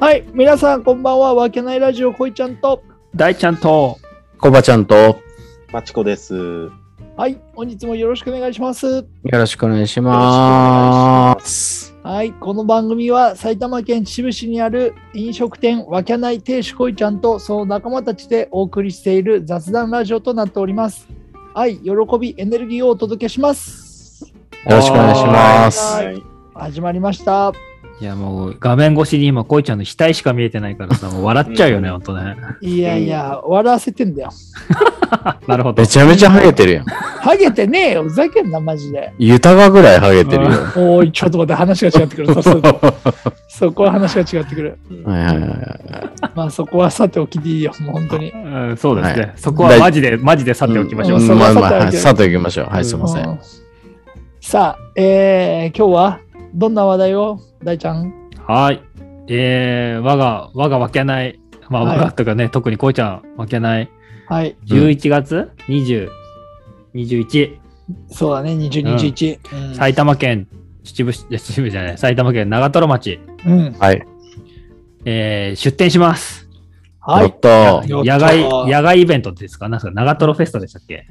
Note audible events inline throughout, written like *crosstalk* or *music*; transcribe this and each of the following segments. はい、皆さんこんばんは。わけないラジオこいちゃんと。大ちゃんと、コバちゃんと、よマチコです。よはい、本日もよろしくお願いします。ろしくお願いしろしくお願まいします。はい、この番組は埼玉県秩父市にある飲食店わけない亭主こいちゃんとその仲間たちでお送りしている雑談ラジオとなっております。愛、喜び、エネルギーをお届けします。す。よろしくお願いします。はい。始まりました。いやもう画面越しに今、こいちゃんの額しか見えてないからさ、もう笑っちゃうよね、うんほんとね。いやいや、笑わせてんだよ。なるほどめ。ちゃめちゃハゲてるやん。ハゲてねえよ、ふざけんな、マジで。ユタガぐらいハゲてるよ。おい、ちょっと待って、話が違ってくる。そうそうそこは話が違ってくる。はいはいはい。まあそこはさておきでいいよ、もう本当に。うん、そうですね、はいそこはマジで、マジで去っておきましょう。んんまあまあ、さてはいさておきましょう。はい、すいませ。うんんさあ、えー今日はどんな話題を大ちゃんはい。えー、我が、我がわけない、まあ、はい我がとかね、特にこいちゃんわけない、はい、 11月20、21、そうだね、22日。うん埼玉県秩父市、いや秩父じゃない、埼玉県長瀞町、うんはい。えー、出店します。はやいっ、と。よっ野外、やった野外イベントですかなんですか長瀞フェスタでしたっけ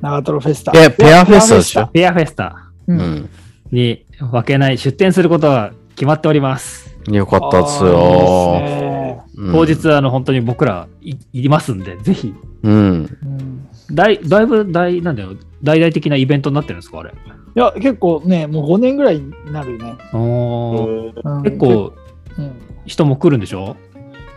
長瀞フェスタ。え、ペアフェストでしょペアフェスタ。ううんん。に分けない出店することが決まっております。よかったっすあーいいよ。でうん当日、あの本当に僕らいいますんで、ぜひ。うん。すねうんだいだいぶ大なんだよ大々的なイベントになってるんですかあれ。いや、結構ね、もう5年ぐらいになるね。おーううん結、構うん人も来るんでしょ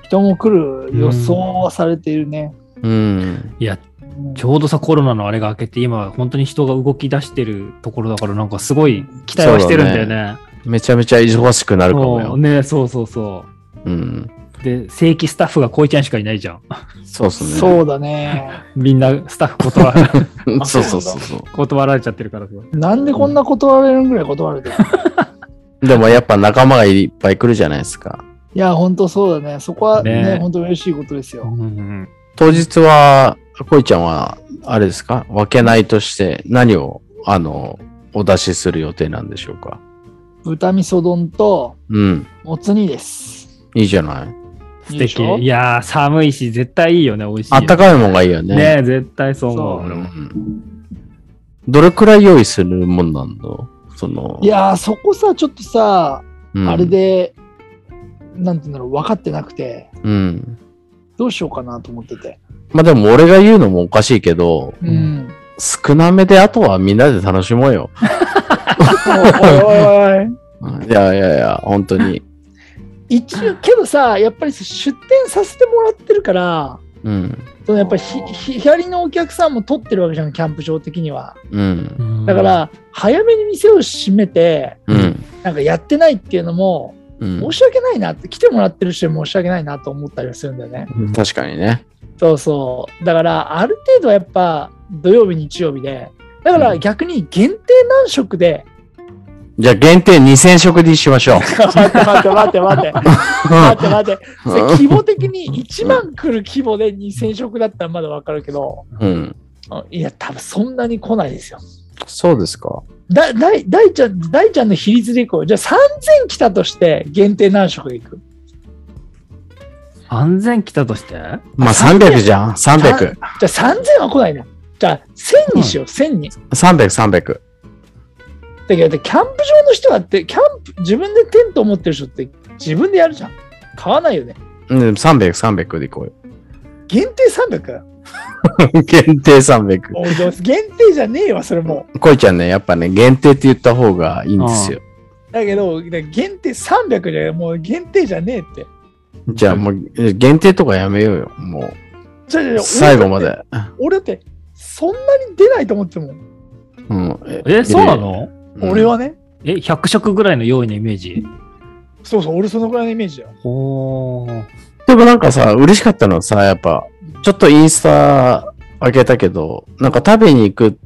人も来る予想はされているね。うん。いやうんちょうどさコロナのあれが明けて今本当に人が動き出してるところだからなんかすごい期待はしてるんだよね。めちゃめちゃ忙しくなるかもそうよ。ねそうそうそうん。う。で正規スタッフがこいちゃんしかいないじゃん。そうっすね。そうだね。みんなスタッフ断らうん *laughs* あそそううそうそうそ断られちゃってるからさ。なんでこんな断られるぐらい断ら *laughs* れてるう。でもやっぱ仲間がいっぱい来るじゃないですか。いや、本当そうだね。そこはね、ね本当嬉しいことですよ。うん当日は、こいちゃんは、あれですか分けないとして何を、あの、お出しする予定なんでしょうか豚味噌丼とうん。もつ煮です。いいじゃない。素いいでし敵ょいやー寒いし絶対いいよね美味しいよあったかいもんがいいよね。ねえ絶対そう思そううう俺もん。どれくらい用意するもんなんだその、いやー、そこさ、ちょっとさ、うんあれ。で、なんていうんだろう、分かってなくて、うん。どうしようかなと思ってて。まあでも俺が言うのもおかしいけど、うん *laughs* ん。少なめであとはみんなで楽しもうよ。おいおいおいいやいやいや、本 *laughs* 当に。一応、けどさ、やっぱり出店させてもらってるから、うん。そのやっぱりひひヒアリのお客さんも取ってるわけじゃん、キャンプ場的には。うん。だから、早めに店を閉めて、うん。なんかやってないっていうのも、うん。申し訳ないなって来てもらってる人に申し訳ないなと思ったりはするんだよね。確かにね。そうそうだからある程度はやっぱ土曜日日曜日でだから逆に限定何食で、じゃあ限定2000食にし *laughs* ましょう。待って待って待って待って待って待ってそれ規模的に1万来る規模で2000食だったらまだわかるけどうん。あいや多分そんなに来ないですよそうですか。だ大大ちゃん大ちゃんの比率でいこうじゃあ3000来たとして限定何食でいく安全来たとしてまあ300じゃん。300。じゃあ3000は来ないなじゃあ1000にしよう、1000に300、300。だけどキャンプ場の人はってキャンプ自分でテント持ってる人って自分でやるじゃん買わないよねうん、300、300でいこうよ。 *laughs* 限定 300? 限定300。おいでも限定じゃねえわそれもこいちゃんね、やっぱね、限定って言った方がいいんですよ。うだけど限定300じゃもう限定じゃねえってじゃあもう、限定とかやめようよ。もちょちょちょう、最後まで。俺だって俺だってそんなに出ないと思ってたもん、うん。えそうなのうん俺はねえ100食ぐらいの用意のイメージそうそう俺そのくらいのイメージだよほーでもなんかさ、嬉しかったのはさ、やっぱ、ちょっとインスタ開けたけど、なんか食べに行く、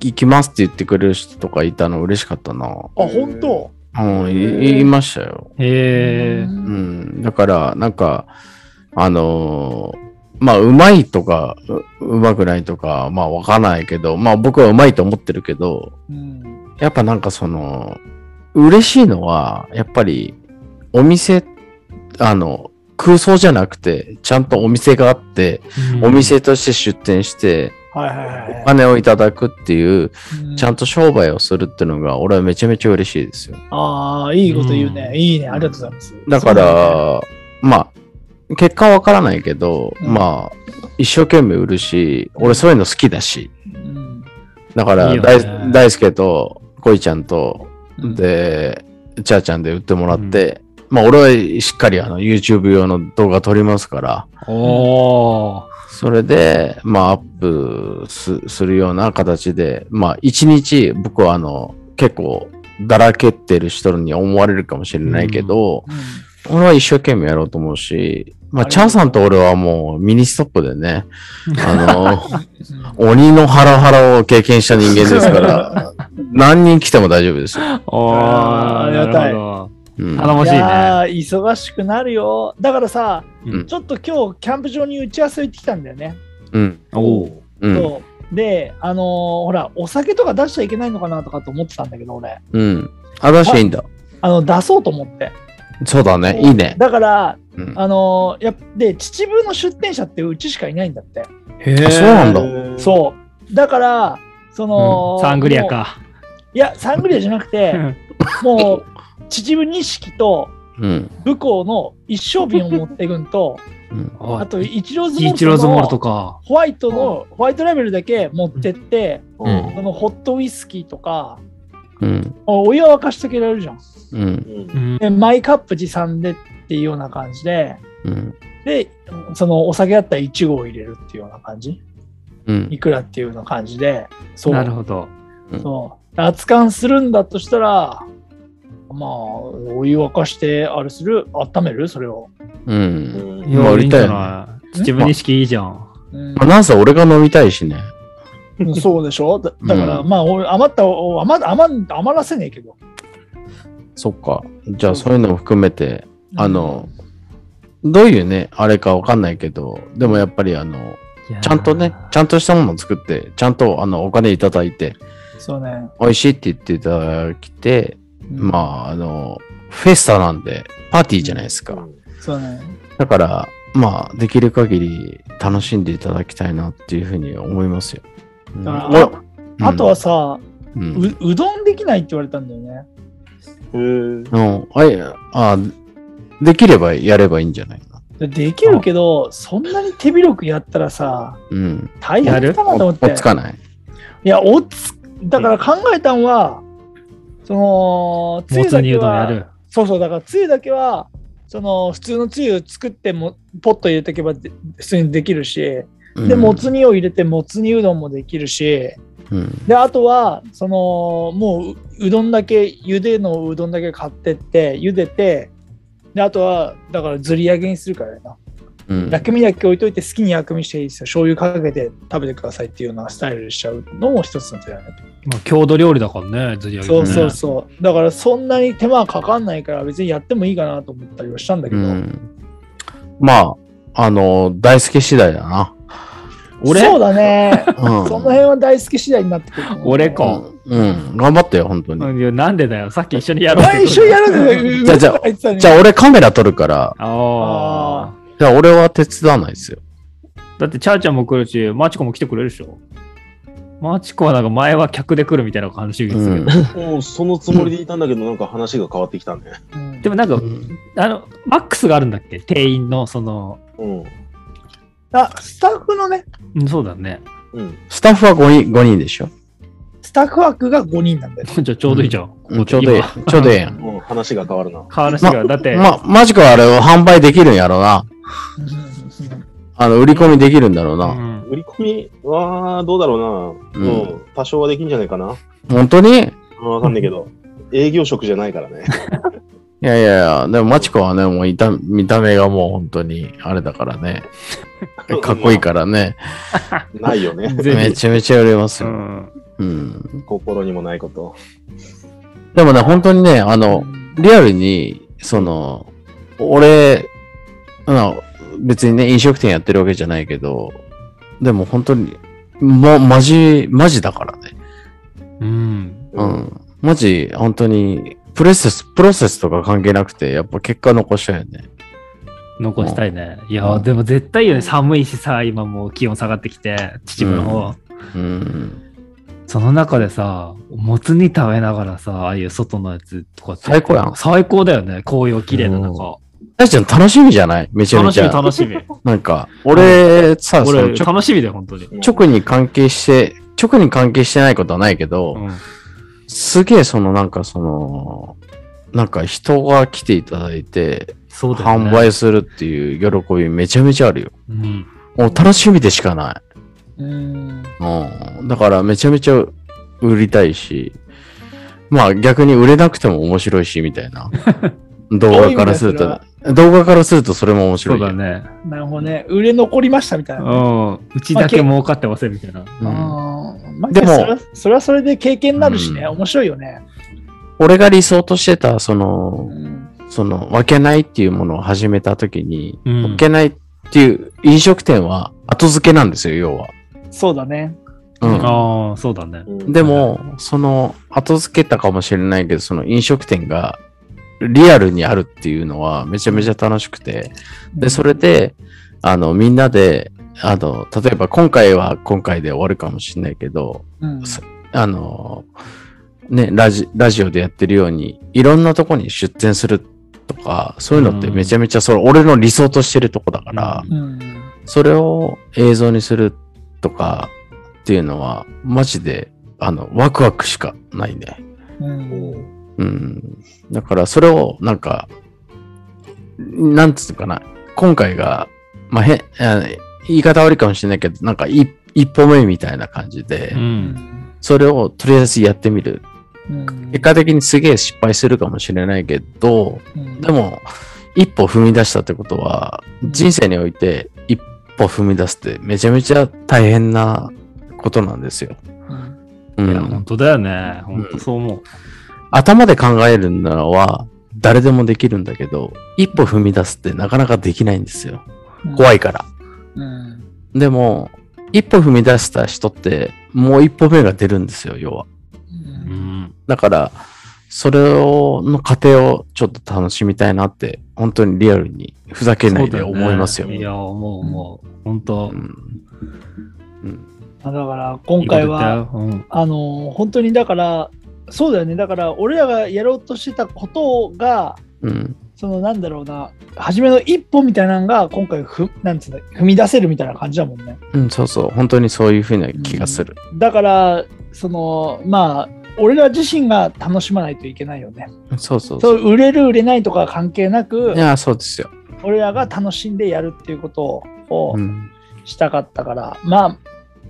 行きますって言ってくれる人とかいたの嬉しかったな。あ本当うん、いいましたよ。へえう、ん、だから、なんか、あのーまあ、うまいとか、ううまくないとか、まあ、わかんないけど、まあ、僕はうまいと思ってるけど、うんやっぱなんかその、嬉しいのは、やっぱり、お店あの、空想じゃなくて、ちゃんとお店があって、お店として出店して、はいはいはいお金をいただくっていう、はい。ちゃんと商売をするっていうのが、俺はめちゃめちゃ嬉しいですよ。ああ、いいこと言うね、うんいいね。ありがとうございます。だかそうら、まあ、結果はわからないけど、うんまあ、一生懸命売るし、俺そういうの好きだし、だね、だからいいよ大、ね大輔と、こいちゃんと、うん、で、ちゃーちゃんで売ってもらって、まあ、俺はしっかりあの、YouTube 用の動画撮りますから、おー。それで、まあ、アップすするような形で、まあ、一日、僕はあの、結構、だらけてる人に思われるかもしれないけど、うん俺は一生懸命やろうと思うし、まあ、ありがとうチャーさんと俺はもうミニストップでね、あうんの、 *laughs* 鬼のハラハラを経験した人間です *laughs* から、何人来ても大丈夫ですよ。おー。ありがたいなるほうんど。頼もしいいね。やー忙しくなるよ。だからさ、うんちょっと今日、キャンプ場に打ち合わせ行ってきたんだよね。うん。おー。うん。そうで、あのーほら、お酒とか出しちゃいけないのかなとかと思ってたんだけど、俺、うん。あ、出していいんだ。あの出そうと思って。そうだね。いいね。だから、うんあのーやっで、秩父の出店者ってうちしかいないんだって。へあそうなんだ。そう。だから、その、サングリアもか。う。いや、サングリアじゃなく *laughs* て、もう、秩父錦と、うん。武功の一升瓶を持っていくんと、うん *laughs* おいあと一郎相イチローズモル撲トとかか。ホワイトの、ホワイトラベルだけ持ってって、うこん。のホットウイスキーとか、うん。お湯は沸かしとけられるじゃん。うん。うんうん。で、マイカップ持参でっていうような感じで、うん。で、そのお酒だったら1合入れるっていうような感じ。うん。いくらっていうような感じで、そう。なるほど。そう。熱燗するんだとしたら、まあ、お湯沸かして、あれする温めるそれを。うん。いまあや、売いいりんたじゃいよねない。秩父錦いいじゃん。 *laughs* うんまあ、なんせ俺が飲みたいしね。そうでしょだだから、うんまあ、お余ったお余余ん、余らせねえけど。そっか。じゃあ、そういうのも含めて、あの、どういうね、あれかわかんないけど、でもやっぱりあの、いやーちゃんとね、ちゃんとしたものを作って、ちゃんとあの、お金いただいて、そうね。美味しいって言っていただきて、まあ。あ、あの、フェスタなんで、パーティーじゃないですか。そうね。だから、まあ、できる限り楽しんでいただきたいなっていうふうに思いますよ。うんだからおああとは、さ、うんううんうどんできないって言われたんだよね。うんうんあいやあ、できればやればいいんじゃないかな。でできるけど、そんなに手広くやったらさ、うん。大変だなと思っおて。っつかない。いや、おつ、だから考えたんは、その、つもゆつだ煮けうどんやは、る。そうそう、だからつゆだけは、その普通のつゆ作っても、ポット入れとけばで普通にできるし、うんで、もつ煮を入れて、もつ煮うどんもできるし、うん。で、あとは、その、もうう、うどんだけ、茹でのうどんだけ買ってって、茹でて、で、あとは、だから、ずり上げにするからやな。うん薬味だけ置いといて、好きに薬味していいですよ。醤油かけて食べてくださいっていうようなスタイルにしちゃうのも一つの手だよね。まあ、郷土料理だからね、ずり上げそもうね。そうそう。だから、そんなに手間はかかんないから、別にやってもいいかなと思ったりはしたんだけうど。ん、まあ、あの、大輔次第だな。俺そうだね。 *laughs* うんその辺は大好き次第になってくると思う。*laughs* 俺かうん、うん頑張ってよ、本当に。うんいやなんでだよ、さっき一緒にやろうって毎言っ一た緒にやるんじゃあじゃあ言ってたのにじゃあ、俺カメラ撮るから、ああ。じゃあ俺は手伝わないですよ。だって、チャーちゃんも来るし、マチコも来てくれるでしょ。マチコはなんか前は客で来るみたいな話ですけど、うんもうそのつもりでいたんだけど、なんか話が変わってきたね。うんでもなんか、 *laughs* あの、マックスがあるんだっけ店員の、その、うん。あスタッフのね、うんそうだね。 *laughs* うん。スタッフは5人 ,5 人でしょ。スタッフ枠が5人なんだよ。じゃあちょうどいいじゃん。うんちょうどいい。ちょうどいい *laughs* やん。もう話が変わるな。話が、だって、ま、マジかあれを販売できるんやろな。あの、売り込みできるんだろううな。ん売り込みはどうだろうな。ううんん。多少はできんじゃないかな。本当にいわかんないけど。営業職じゃないからね。やいやいや、でもマチコはね、もう見た見た目がもう本当に、あれだから *laughs* ね。 *laughs* かっこいいからね。ないよね。ぜひめちゃめちゃ売れますうよ。んうん。心にもないこと。でもね、本当にね、あの、リアルに、その、俺、まあ、別にね、飲食店やってるわけじゃないけど、でも本当に、ま、マジ、マジだからね。うん。う。ん。マジ、本当に、プロセス、プロセスとか関係なくて、やっぱ結果残したいよね。残したいね。いや、でも絶対いいよね、寒いしさ、今もう気温下がってきて、秩父の方。うん。その中でさ、もつ煮食べながらさ、ああいう外のやつとかって最高やん最高だよね、紅葉綺麗な中。大ちゃん楽しみじゃないめちゃめ楽しちみ、ゃ。楽 *laughs* しみ。なんか、俺、さ、その俺、ちょ楽しみだよ、本当に。直に関係して、直に関係してないことはないけど、うんすげえそのなんかその、なんか人が来ていただいて、そうだよね。販売するっていう喜びめちゃめちゃあるよ。うん。もう楽しみでしかない。うん。うん。だからめちゃめちゃ売りたいし、まあ逆に売れなくても面白いし、みた *laughs* いな。動画からするどういう意と、動画からするとそれも面そ白ういよ。だね。なるほどね。売れ残りましたみたいうな。ん。うちだけ儲かってません、みたいな。うんうんまあ、ででももそれは、それはそれで経験になるしね、うん面白いよね。俺が理想としてた、そうの、ん。その、分けないっていうものを始めた時に、うん分けないっていう飲食店は後付けなんですよ、要は。そうだね。うん。ああ、そうだね。うんでも、その、後付けたかもしれないけど、その飲食店がリアルにあるっていうのはめちゃめちゃ楽しくて、で、それで、あの、みんなで、あの、例えば今回は今回で終わるかもしれないけど、うん、そあの、ね、ラジラジオでやってるように、いろんなとこに出店するとか、そういうのってめちゃめちゃ、それ、俺の理想としてるとこだから、うん。それを映像にするとかっていうのは、マジで、あの、ワクワクしかないね。うん。うん。だから、それを、なんか、なんつうのかな。今回が、まあ、へ、あ言い方悪いかもしれないけど、なんか一、一歩目みたいな感じで、うん。それをとりあえずやってみうる。ん結果的にすげえ失敗するかもしれないけど、うんでも、一歩踏み出したってことは、人生において一歩踏み出すってめちゃめちゃ大変なことなんですよ。うんういや、ん本、当だよね。本当そう思う。頭で考えるのは誰でもできるんだけど、一歩踏み出すってなかなかできないんですよ。怖いから。うんでも、一歩踏み出した人ってもう一歩目が出るんですよ、要は。ううんん。だから、それを、の過程をちょっと楽しみたいなって、本当にリアルにふざけないで思いますよ。そうだねいや、思う思う。本当う。んうんだから今回は、うん。あの本当にだからそうだよねだから俺らがやろうとしてたことがうんそのなんだろうな初めの一歩みたいなのが今回ふなんつうんだ踏み出せるみたいな感じだもんねうん、そうそう、本当にそういうふうな気がする。だからそのまあ俺ら自身が楽しまないといけないよねそうそうそそう売れる売れないとか関係なくう。いや、そうですよ。俺らが楽しんでやるっていうことをうん。したかったから、まあ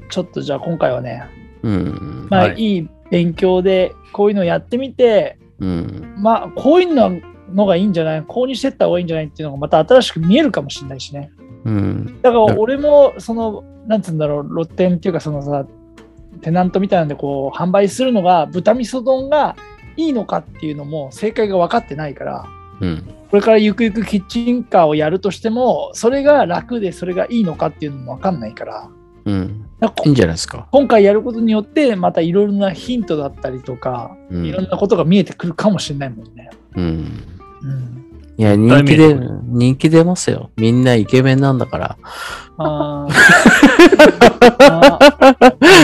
ちょっとじゃあ今回はねうん。まあ、、はいい勉強でこういうのやってみてうん。まあこういうののがいいんじゃないこうにしてった方がいいんじゃないっていうのがまた新しく見えるかもしれないしねうん。だからうん俺もそのなんつうんだろう露店っていうかそのさテナントみたいなんでこう販売するのが豚味噌丼がいいのかっていうのも正解が分かってないからうん。これからゆくゆくキッチンカーをやるとしてもそれが楽でそれがいいのかっていうのも分かんないからうん。だからいいこんじゃないですか。今回やることによってまたいろいろなヒントだったりとかうん。いろんなことが見えてくるかもしれないもんね。うん。 *laughs* うん、いや、人気で絶対見え、人気出ますよ。みんなイケメンなんだから。 *laughs* あー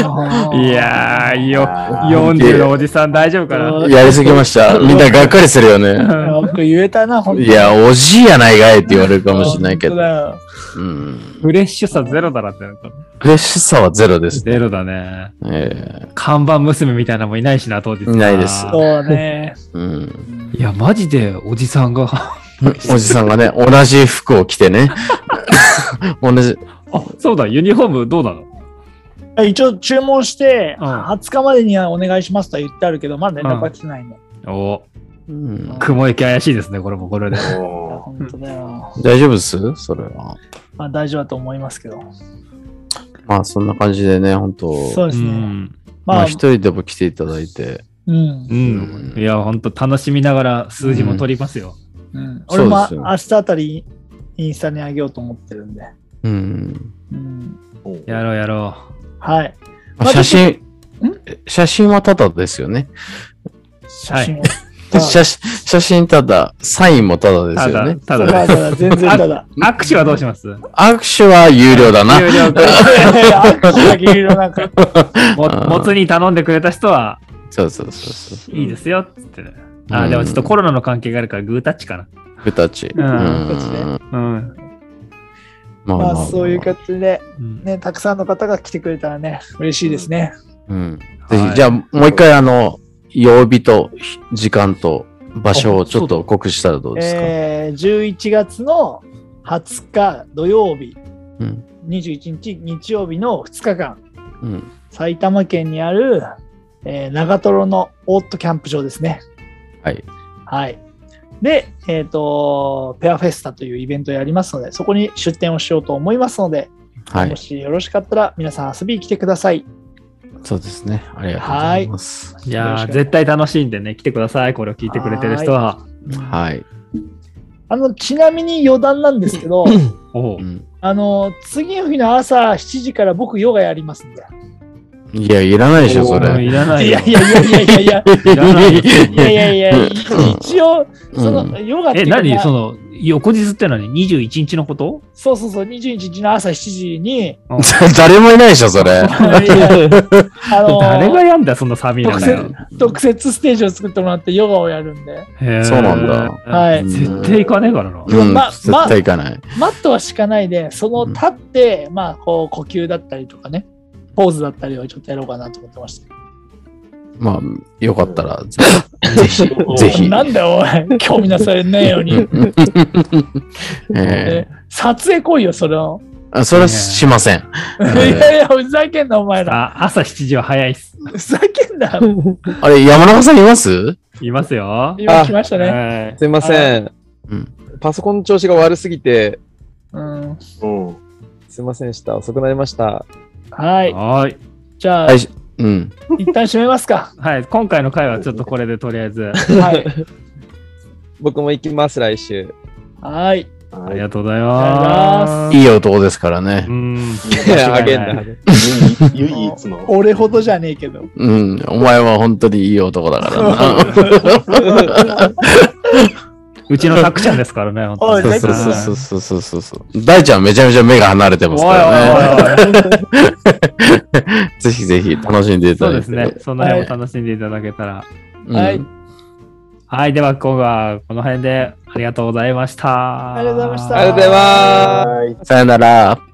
あーいやー、よ、あー40のおじさん大丈夫かなやりすぎました。みんながっかりするよね。よく言えたな、本当いにや、おじいやないかいって言われるかもしれないけど本当。だようん。 *laughs* フレッシュさゼロだなってなった。嬉しさはゼロです。ゼロだね。え看板娘みたいなのもいないしな、当日。いないですそうだね。えうん。いや、マジでおじさんが。おじさんがね、同じ服を着 *laughs* てね。同じ。あ、そうだ、ユニフォームどうなの一応注文して、うん20日までにはお願いしますとは言ってあるけど、まだ連絡は来てないね。おうん雲行き怪しいですね、これもこれで。いやおー本当だよ。大丈夫ですそれは。まあ大丈夫だと思いますけど。まあ、そんな感じでね、本当そうでうすね。ん。ままあ、あ、一人でも来ていただいて。うんう。ん。いや、ほんと楽しみながら数字も取りますよ。うん、そうです俺よも明日あたりインスタにあげようと思ってるんで。うん。うん、やろうやろはい。まあ写真、写真はただですよね。写真を。たあ写真写真ただ、サインもただですよね。たただだ、ただ、ただ、全然ただ。握手はどうします握手は有料だな。有料か握手だけ有料なんか。ももつに頼んでくれた人は、そうそうそうそう。いいですよ、つってね。あうー、んでもちょっとコロナの関係があるから、グータッチか僕たち。うん僕たちねうんな。うん。まあまあ、そういう形で、うんね、たくさんの方が来てくれたらね、嬉しいですね。うん。ぜはひ、いじゃあ、もう一回、あの、曜日とひ時間と場所をちょっと告知したらどうですか、えー、11月の20日土曜日、うん21日日曜日の2日間、うん。埼玉県にある、えー長瀞のオートキャンプ場ですね。はい。はい。で、えっ、と、ペアフェスタというイベントをやりますので、そこに出店をしようと思いますので、はもい。しよろしかったら皆さん遊びに来てください。そうですね。ありがとうございます。いやー絶対楽しいんでね、来てください、これを聞いてくれてる人は。はい。あの、ちなみに余談なんですけど、おううんあの、次の日の朝7時から僕ヨガやりますんで。いや、いらないでしょ、そおうれ。いらないいよやいやいやいやいやいや。いらないよいやいやいや、一応、そうんの、ヨガっていえ、うのは何その、翌日って何 ?21 日のことそうそうそう、21日の朝7時 *laughs* に、誰もいないでしょ、それ。あの、 *laughs* 誰がやんだよ、そんな寒い特中よ設特設ステージを作ってもらってヨガをやるんで、へーそうなんだはい絶対行かねえからな。うん、ま絶対行かない。マットは敷かないで、その立って、まあ、こう、呼吸だったりとかね、ポーズだったりをちょっとやろうかなと思ってました。まあ、よかったら、ぜひ、ぜひ。なんだよ、 *laughs* おい、興味なされないように。えね撮影来いよ、それを。ー、それはしません。いやいや、ふざけんな、お前ら。あ朝7時は早いっす。ふざけん *laughs* な。あれ、山中さんいますいますよ。今来ましたね。はいすいませんうん。パソコンの調子が悪すぎて、うん、うん。すいませんでした。遅くなりました。はい。はーい。じゃあ、はいうん。一旦閉めます *laughs* か。はい。今回の回はちょっとこれでとりあえず。はい。僕も行きます、来週。はい。あはりい。がとうございます。いい男ですからねう。ん。あげん間違いな。ない唯唯一の。俺ほどじゃねえけど。うん。お前は本当にいい男だからな。うちのたくちゃんですから *laughs* ね。本当におそいうだけそうどそうそうそうそうそう。大ちゃんめちゃめちゃ目が離れてますからね。おいおいおいおい *laughs* ぜひぜひ楽しんでいたそうだでいて。すね。その辺も楽しんでいただけたら。うん。はいはい。では、今回はこの辺でありがとうございました。ありがとうございましたありがとうございますはい。さよなら。